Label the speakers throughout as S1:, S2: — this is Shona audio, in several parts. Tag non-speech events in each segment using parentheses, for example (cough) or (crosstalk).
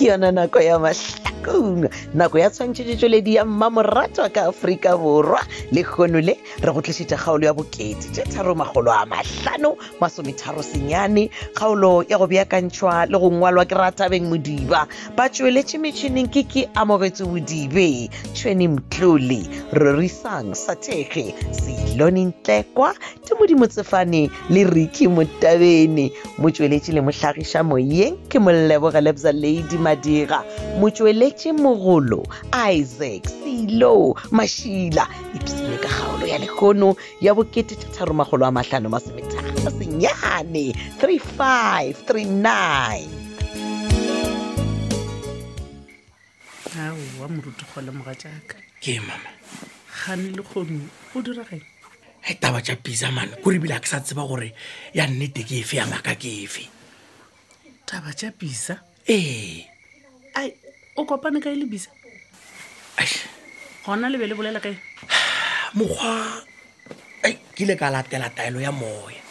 S1: yona nako ya mahlakong nako ya tshwantšhetšetšweledi ya mmamoratwa ka aforika borwa le kgono le re go tlišitša kgaolo ya bokete tše tharomagolo a mahlano masometharo senyane kgaolo ya go beakantšhwa le go ngwalwa ke ratabeng modiba ba tšweletše metšhineng ke ke amogetse bodibe tšhweni mtlole rorisang sathege seilonentlekwa ke modimotsefane le riki motabene motsweletši le mohlagiša moyeng ke molleboga lebza ladi madira motsweletši mogolo isaac selo mašila epsene ka kgaolo ya lekgono ya bokete tša tharomagolo a mahlano masometharo senyane 3539
S2: aowa moruti kgole moga jaaka
S3: ke eng, mama
S2: gane le kgomi go diragae
S3: e taba ja pisa mane kore ebile a ke sa tseba gore ya nnete ke efe ya maaka ke efe
S2: taba ja bisa
S3: ee
S2: ai o kopane kae le bisa
S3: Aish,
S2: gona le be le bolela kae
S3: mokgwa ai ke ile ka latela taelo ya moya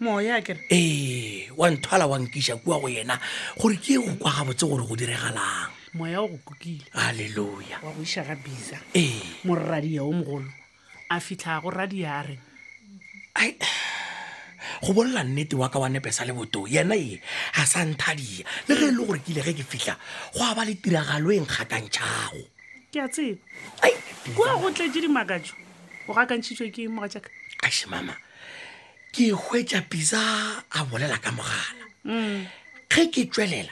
S2: moya a kere
S3: ee wa nthwala wa nkiša kua go yena gore ke ye go kwa gabotse gore go diregalang
S2: moya o go kokile
S3: halleluya
S2: wa go iša ga bisa
S3: ee
S2: morradia o mogolo a fitlha a go radia a reng
S3: ai go bolela nnete wa ka wa nepesa le boto yena e ga sa nthadia le ge e le gore ke ile ge ke fitlha go a ba le tiragalo e nkgakantšhago
S2: ke a tseba
S3: ai
S2: kua go tletse dimakatso o gakantšhitswe ke eng moga jaaka
S3: ashe mama ke hwetša pisa a bolela ka mogala
S2: Mm.
S3: ge ke tswelela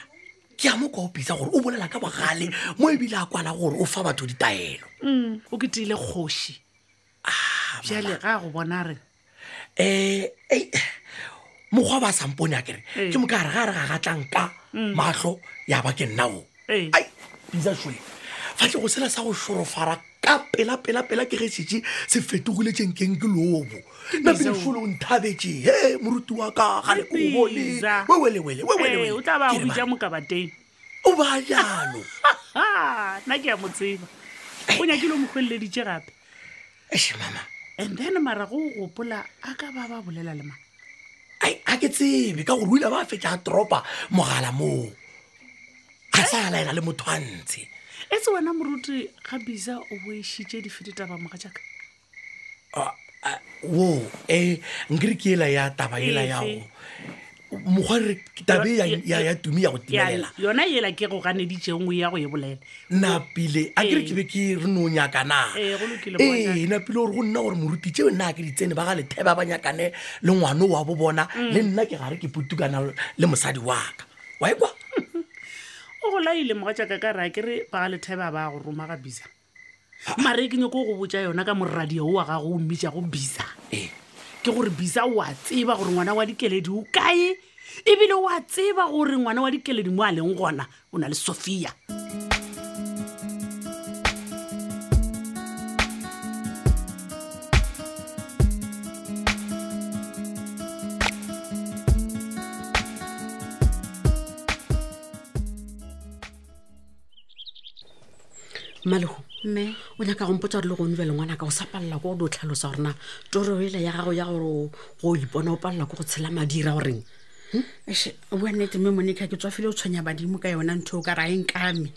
S3: ke a mo kwa o pisa gore o bolela ka bogale mo ebile a kwala gore o fa batho ditaelo
S2: Mm. o ketile kgoši
S3: Ah, mama.
S2: bjale ga a go bona a reng
S3: Eh, ei, mokgwa ba sampone a kere
S2: Ee.
S3: ke moka re ga re ga gatlanka
S2: Mm.
S3: matlho ya ba ke nnao
S2: ee
S3: ai pisa sole fa tle go sela sa go šorofara ka pela-pela-pela ke ge setse se fetogiletseng keng ke lobo
S2: Pizza
S3: napele
S2: o-
S3: folo o nthabetse he moruti wa ka gale ko
S2: Ke
S3: bone
S2: Pizza.
S3: wewelewele
S2: Ee, o tla ba go bitsa
S3: o
S2: mokabateng
S3: ba jalo
S2: a Ah, nna ke a mo tseba o nyakile o mokgweleleditše gape
S3: eshe mama
S2: and then mara go o gopola a ka ba ba bolela le mang
S3: ai a ke tsebe ka gore o ile ba fetsa toropa mogala moo ga sa laela le motho a ntshe
S2: e se wena moruti ga bisa o boešitše difeditaba moga jaaka
S3: Ah, ah, wo e nkere ke ela ya taba ela ya
S2: Efe?
S3: go mogware tabe ya,
S2: Yo-
S3: ya, ya tumi ya go timelela
S2: yona ela ke go ganeditše nngwe ya go e bolela
S3: napile a kere
S2: Ee.
S3: ke be ke re no nyakana
S2: Ee, go lokile, mogatšaka.
S3: ee napile gore go nna gore moruti tseo nna a ke di tsene ba ga letheba ba nyakane le ngwana wa bo bona le
S2: Mm.
S3: nna ke gare ke putukana le- le mosadi wa ka wa e kwa
S2: Mm. o go laile moga jaaka ka re a kere baga letheba ba go roma ga bisa mare ke nyako go botsa yona ka morradio o wa gago o mmitša go bisa
S3: ee
S2: ke gore bisa o a tseba gore ngwana wa dikeledi o kae ebile o a tseba gore ngwana wa dikeledi mo a leng gona o na le sophia
S4: mmalego
S5: mme
S4: o nyaka gompotsa gore le gone bjale ngwana ka o sa palela ko o di o tlhalosa gorena toro ele ya gago ya gore o- go ipona o palela ko go tshela madira Hm? goreng
S5: eish, o bua nnete mme monica ke tswafile o tshwenya badimo ka yona ntho o ka re a enkame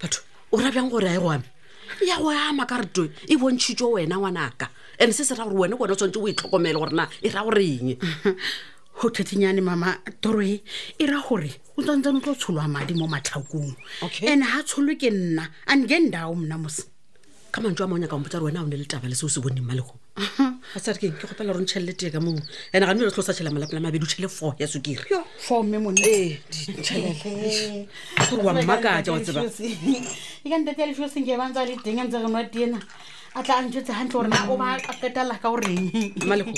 S4: batho o rabjang gore a e go ame ya go ama ka re toe e bontšhitse wena ngwanaka and se se ra gore wena kone o tshwanetse o itlhokomele gorena e ra goreng
S5: go thethenyane mama toroe e ra gore o tsantsane o tlo tsholwa madi mo matlhakong
S4: Okay.
S5: and ga tsholwe ke nna anke ndao mna mose
S4: ka mantso a maonya ka mpotsa gore wena a o ne le taba le se o se boneng malego a sa re keng ke gopela gore ntšhelele tee ka moo and gane re tlo sa tšhela malapela mabedi o tšhele four ya sukiri
S5: yo for mme
S4: gore wa mmakatsa wa tseba
S5: e ka ntete lefio senke bantse a le teng a ntse re nwa tena a tla a ntsetse gantle gore na o ba qaketala ka goreng
S4: malego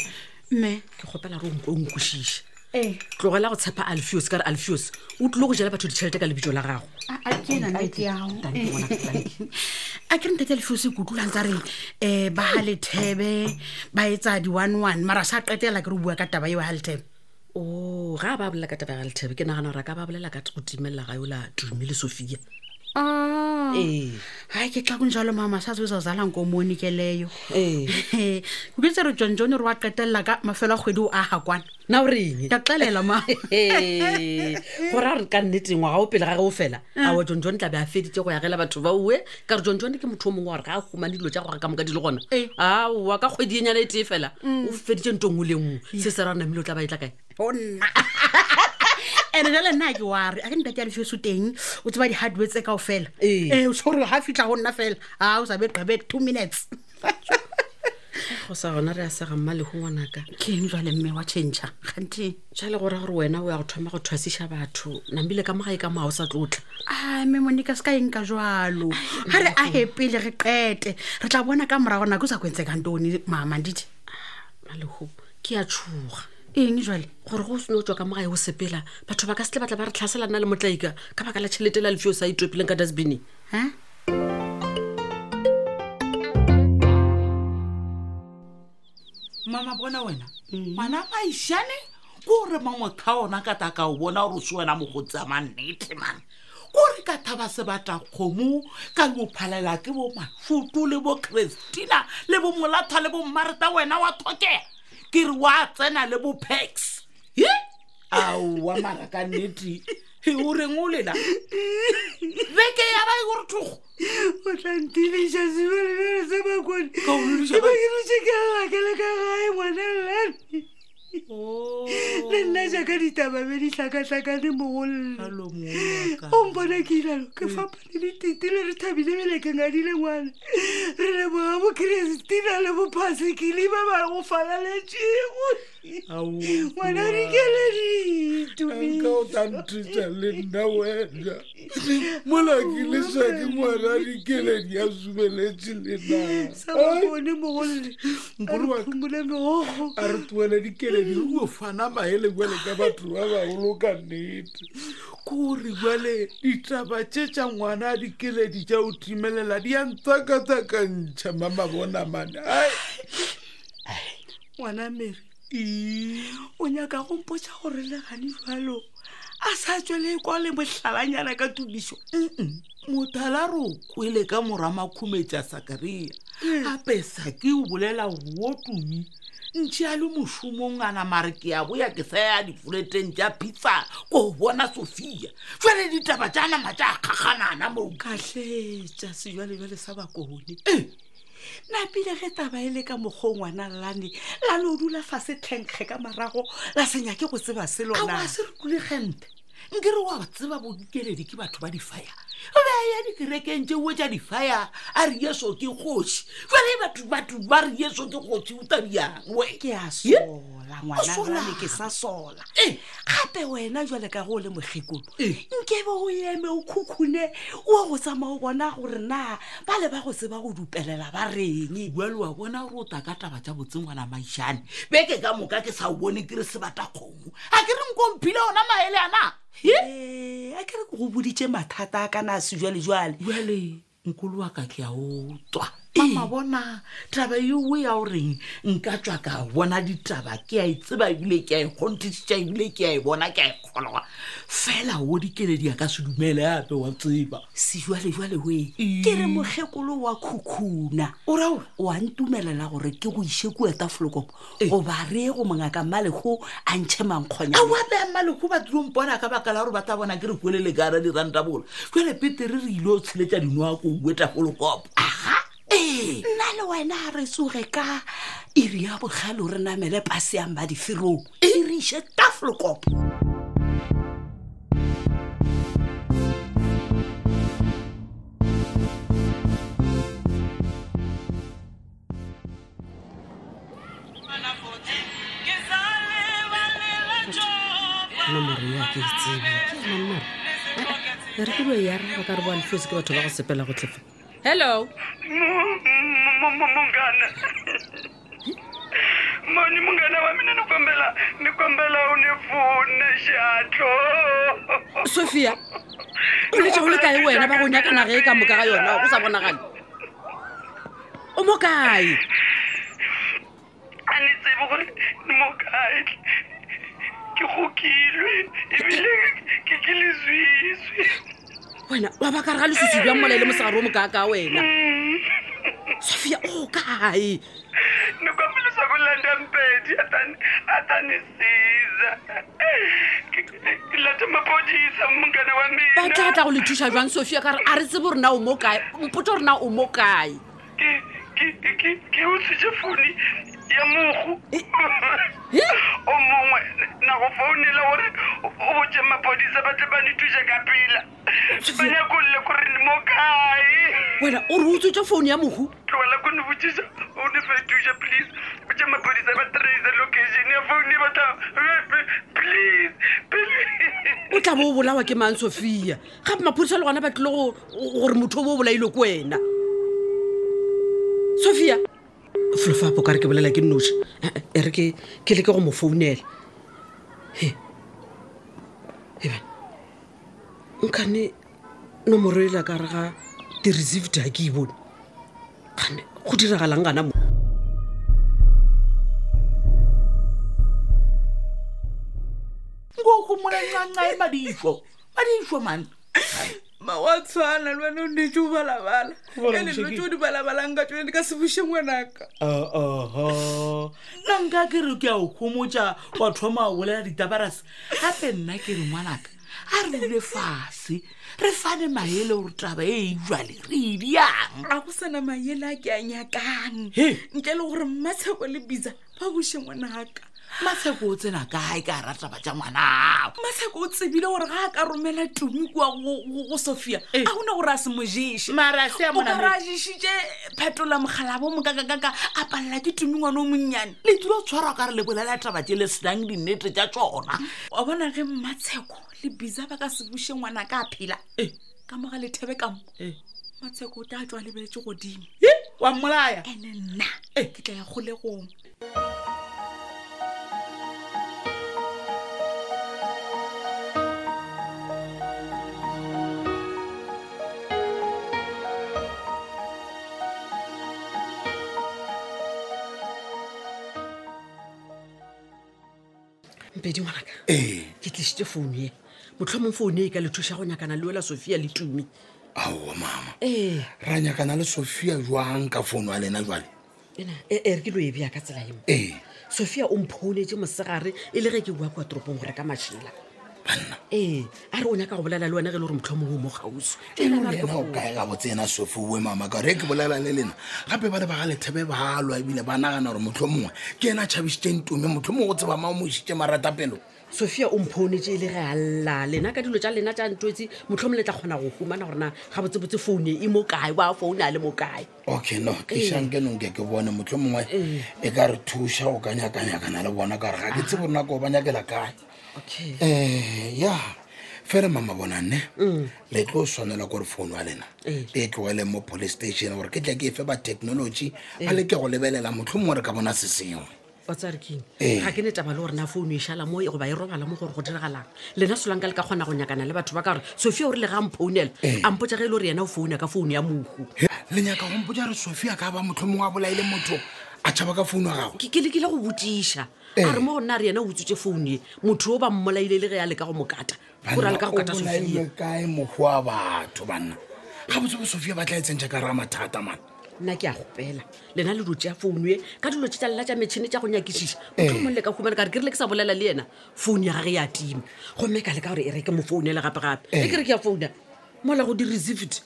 S5: mme
S4: ke gopela gore o nkwešiše
S5: ee
S4: tlogela go tshepa alfios ka re alfios o tlile go jela batho ditšhelete ka lebitso la gago
S5: a a ke yona nnete yago
S4: Tanki, ngwana ka tanki.
S5: a ke re ntete lefiosi ke utlwulang tsa reng um ba ga lethebe ba etsa di-one one mara sa qetela ke re o bua ka taba eo ga lethebe
S4: o ga a ba bolela ka taba ya ga lethebe ke nagana gore a ka ba bolela ka go timelela ga yola tumi le sophia
S5: Ah.
S6: ee
S5: hayi ke xa kunjalo mama sazi uzawuzala nkomoni ke leyo (laughs)
S6: ee
S5: kukitse re jonjone ore wa qetelela ka mafelo a kgwedi o aga kwana
S4: na o reng
S5: ka xelela ma
S4: (laughs) gora gore ka nneteng ngwaga o pele gage o fela awa john john tlabe a feditse go yagela batho ba ue ka re john john ke motho o mongwe wa gore ga a humane dilo tja gore ka moka di le gona
S5: Ee.
S4: aowa ka kgwedi enyana e tee fela o feditse ntong o le nngwe se se ra namile o tla ba e tla kae
S5: onna and-e jale nna ha ke ware a ke ntate ya lefeso teng o tseba di-hardware tse kao fela
S4: Ee.
S5: o sore ga fitlha go nna fela a o sabe qebe e two minutes
S4: go sa gona re a sega mmalego ngwanaka
S5: ke eng jale mme wa changea gante
S4: jale gora gore wena o ya go thoma go thwasiša batho nambile ka mogae ka moa o sa tlotla
S5: a memonica Ah, se ka e eng ka jalo ga re a hepele re qete re tla bona ka morago nako o sa kwentse kantone mamandite
S4: malego Ah, ke a tshoga
S5: eng jale
S4: gore go o sene o tswa ka mogae o sepela batho ba ka se tle batla ba re tlhasela nna le motlaika ka baka la tšhelete la lefio sa itopileng ka dusbineng
S5: ha
S3: mama bona wena ngwana maišane ke gore mangwekga ona ka ta ka o bona gore o se wena mogotsi a mannete mane ke gore ka thaba sebata kgomo ka bophalela ke bo mafutu le bo christina le bo molatha le bo mmareta wena wa thokea ke re wa tsena le bo pax e aowa mara ka nnete He, o reng o lela beke ya ba e gore thogo
S7: o tlantilesa sebelebele sa bakone
S3: Ka o
S7: e
S3: lodiša kae?
S7: bakirose ke gake le ka gae ngwanelelane le nna jaaka ditaba be ditlhakatlhakane mogolle
S3: Hello, mongolaka.
S7: o mpona ke ilalo ke fapane dititile re thabile belekeng a dile ngwana re leboga bokerestina le bophasekile ba ba go falaletšego ngwana re
S8: nka
S7: keledito
S8: o tla nthusa le nna wena molaki le sake moradikeledi a sumeletse le
S7: sa
S8: na
S7: bakone mogolle a re
S8: Moruaka.
S7: phomola megogo
S8: a re tloele dikeledi ruo fana maelengwele ka batho ba bagolo ka nnete ko re bale ditaba tše tša ngwana a dikeledi tša o thimelela di a ntsakatsakantšha mama bona mane ai
S7: ngwana mere o nyaka go mpotsa gore le gane jalo a sa tswele kwa le motlhalanyana ka tumiso
S3: mothala re o kwele ka mora makhumetša sakaria
S7: Eh.
S3: gape sake o bolela wo tumi ntšhe a le mošomong a namare ke a boya ke sa ya difoleteng tša pitsa ko bona sophia jale ditaba tša nama tša kgaganana moo
S7: ka tletša sejwalejwale sa bakone
S3: Eh.
S7: napile ge taba e le ka mokgwa ngwana llane la le o dula fa se tlhenkge ka marago la senyake go tseba se
S3: aa
S7: lona
S3: se re kule gempe nke re wa tseba bonkeledi ke batho ba difaya ba ya dikerekeng tseo tša difaya a re yeso ke kgoši jale batho batho ba re yeso ke kgoši o tabiang we
S7: ke a
S3: Ye.
S7: sola ngwana
S3: sola.
S7: llane ke sa sola
S3: Eh.
S7: gape wena jwale ka go o le mokgekolo
S3: Eh.
S7: nkebe o eme o khukhune o go tsamaya o bona gore na ba le ba go tseba go dupelela ba reng
S3: jale wa bona gore o taka taba tsa botsengwana maišane beke ka moka ke sa o bone ke re sebata kgomo ga ke re nkomphile ona maele ana
S7: Eh, a ke re ke go boditse mathata a kana a sejwalejwale
S3: jale nkolo wa ka ke a otswa mama bona taba eo e ya goreng nka tswa ka bona ditaba ke a e tseba ebile ke a e kgonthisitša ebile ke a e bona ke a e kgolwa fela o dikeledi a ka se dumele ape wa tseba
S7: sejwalejwale oe ke re mokgekolo wa khukhuna
S3: orao
S7: wa ntumelela gore ke go ise kua tafolokopo goba re ye go mongaka malego a ntšhe
S3: a
S7: mankgonyana
S3: wapema leko ba tlilong bona ka baka la gore ba tla bona ke re kuelele ka ra diranta bola jale petere re ile o tsheletsa dinoa ko ue tafolokopo aga ee
S7: nna le wena a re tsoge ka iri ya bogale o re namele pase yang ba difirong e re ise tafolokop
S4: nna more ya ke itseng ke yanamare re ke lo ya raba ka re boalefosi ke batho ba go sepela go tlhefa hello
S9: munghana mani munghana wa mina ni kombela ni kombela u ni pfuna xihatlo
S4: sophia o letse go le kae wena ba go nyakana ge e ka moka ga yona o sa bonagale o mo kae
S9: a ni tsebi gore ni mo kae ke gokilwe ebile ke ke leswiswi
S4: wena wa ba ka re ga lesuse bjang mola e le mosegare o mokaaka wena sophia o kae
S9: nikwambelisa kulanda mpedi atani atanisiza ilate mapolisa mngane wa
S4: ba
S9: mina
S4: tla tla go le thusa jwang sophia ka re a re tsebe gorena o mo kae mpotse gorena o mo kae
S9: Ke- ke- ke- ke utswitse founi ya mogo (laughs) o mongwe Oh, na go founela gore o o botse mapodisa ba tle ba ne thuše ka pela ba nyakolole gore ne mo kae
S4: wena o re utswetse founu ya mohu
S9: tlogela ko ne botsiša o ne fetuse please botse mapodisa ba trace location ya foune ba tla Hein? please please
S4: o tla bo o bolawa ke mang sophia gape maphodisa le gona ba tlile go- gore motho o bo o bolailwe ke wena sophia folofapo ka re ke bolela ke noši e re ke ke leke go mo founela he ebe nkane nomoro e la ka re ga di-received ga ke e bone kgane go diragalang gana mo
S10: ngoku mona ncancae madišo madišo mane
S11: ma wa tshwana le wena o nnetse o balabala
S10: Go bala
S11: ene dilo
S10: moseki.
S11: tse o di balabalang ka tsone di ka se buse ngwanaka
S10: oho nna nka ke re ke a o gomotsa wa thoma o bolela ditabarase gape nna ke re ngwanaka a re dule fase re fane maele gore taba e e jwale re e diang
S11: a go sana maele a ke a nyakang
S10: He.
S11: ntle le gore mmatsheko le bitsa ba buse ngwanaka
S10: matsheko o tsena kae ka ra taba tsa ngwanao
S11: mmatsheko o tsebile gore ga a ka romela tumi kua go- go go sophia
S10: Eh.
S11: a gona gore a se mo jese
S10: mara se ya
S11: o ka
S10: monamedi
S11: ra ješitše phetola mogala bo mokakakaka a palela ke tumi ngwana o monnyane
S10: le dilo tshwarwa ka re le bolela taba tse le senang dinnete tsa tsona
S11: wa bona ge mmatsheko le bitsa ba ka se buse ngwana ka a phela
S10: Eh.
S11: ka moga lethebe ka mo
S10: Eh.
S11: mmatsheko o tla tswa lebeletse godimo
S10: wa mmolaya
S11: ene nna
S10: Eh.
S11: ke tla ya kgolegong
S4: mpedi ngwanaka
S3: ee
S4: ke tlisitse founu e motlho mong founu e ka le thusa go nyakana le ola sophia le tumi
S3: aowa mama
S4: ee
S3: ra nyakana le sophia jwang ka founu a lena jwale Eh.
S4: ena e e re ke lo e bea ka tsela emo
S3: ee
S4: sophia o mphounetse mosegare e le ge ke boa kwa toropong go reka mašila
S3: banna
S4: ee a re o nyaka go bolela le wena ge e le gore motlho mongwe o mo gausi
S3: lena o kae ka botsena sofi oe mama ka gore e ke bolela le lena gape ba re baga lethebe balwa ebile ba nagana gore motlho mongwe ke ena a tšhabisitseng tume motlho mongwe o tseba mao moisitse maratapelo
S4: sophia o mphounetse e le ge a lla lena ka dilo tša lena tša ntwetse motlho mongwe le tla kgona go humana gorena ga botsebotse founu e e mo kae oa founu a le mo kae
S3: okay no tlišanke nonke ke bone motlho mongwe e ka re thuša go ka nyakanyakana le bona ka gore ga ke tsebo nako ba nyakela kae
S4: okay
S3: um ya fela mama bona nne le tlo tshwanela gore founu a lena le tlogele mo police station gore ke tle ke efe ba technology a leke go lebelela motlho mongwe re ka bona se sengwe
S4: wa tsare keng
S3: Ee.
S4: ga ke ne taba le gorena founu e šala mo goba e robala mo gore go diragalang lena solanka le ka kgona go nyakana le batho ba ka gore sophia o rile ga mphounela
S3: Ee.
S4: a mpotsa ge e le gore yena o founa ka founu ya mohu
S3: lenyaka gompotsa re sophia ka ba motlho mongwe a bolaile motho a tšhaba ka founu a gagwe
S4: ke ke lekile go botiša
S3: Eh.
S4: a re mo go nna a re yena o utswitse founu e motho o ba mmolaile le ge a leka go mo kata gore a leka go kata sofia
S3: bolailwe kae mokgwa wa batho banna ga botse bo sophia ba tla e tsentšha ka raya mathata mana
S4: nna ke a gopela lena le dutse ya founu e ka dilo tse tsa lela tsa metšhini tsa go nyakišiša
S3: Eh.
S4: motho mong le ka humana ka re ke rile ke sa bolela le ena founu ya gage ya tima gomme ka leka gore e reke mo founele gape-gape e
S3: Eh.
S4: ke re ke ya founa mola go di-received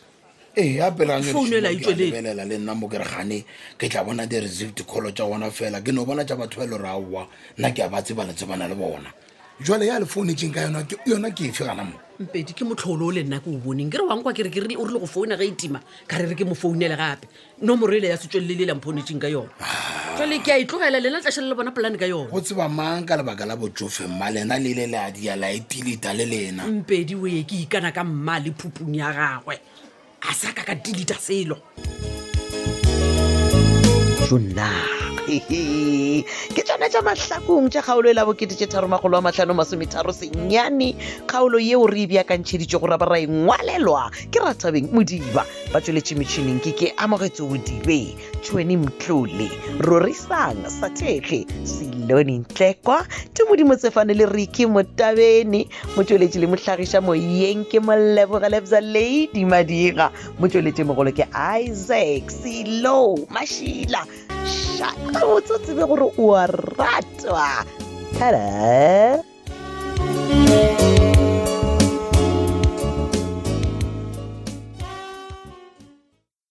S3: ee
S4: Founu ela e tsweletse.
S3: apelaebelela le nna mo keregane ke tla bona di-received call tša gona fela ke no bona tša batho ba e le gore aowa nna ke a ba tseba letsebana le bona jale ya le foune tseng ka yona ke- yona ke efe gana mo
S4: mpedi ke motlholo o le nna ke o boneng ke re wankwa kere ke rile- o rile go founa ge e tima ka re re ke mo founele gape nomoro ele ya setswelele le lamphounetseng ka yona jale ke a itlogela lena tlašhele le bona polane ka yona
S3: Ah. go tseba mang ka lebaka la botsofe mma lena le ile le a dia la etilita le lena
S4: mpedi o ye ke ikana ka mma le phupung ya gagwe a sa ka ka dilita selo
S1: jona (laughs) ke tša tsona tša mahlakong tša kgaolo e la bokete tše tharomagolo a mahlano masometharo senyane kgaolo yeo re e beakantšheditše go raba ra engwalelwa ke ratabeng modiba ba tsweletše metšhineng ke ke amogetse bodibe tšhweni mtlole rorisang sathege selone ntlekwa ke modimo tsefane le re ke motabene motsweletši le mohlagiša moyeng ke molebogelebza ladi madiga motsweletši e mogolo ke isaac selo mašila šaka botse o tsebe gore o a ratwa tada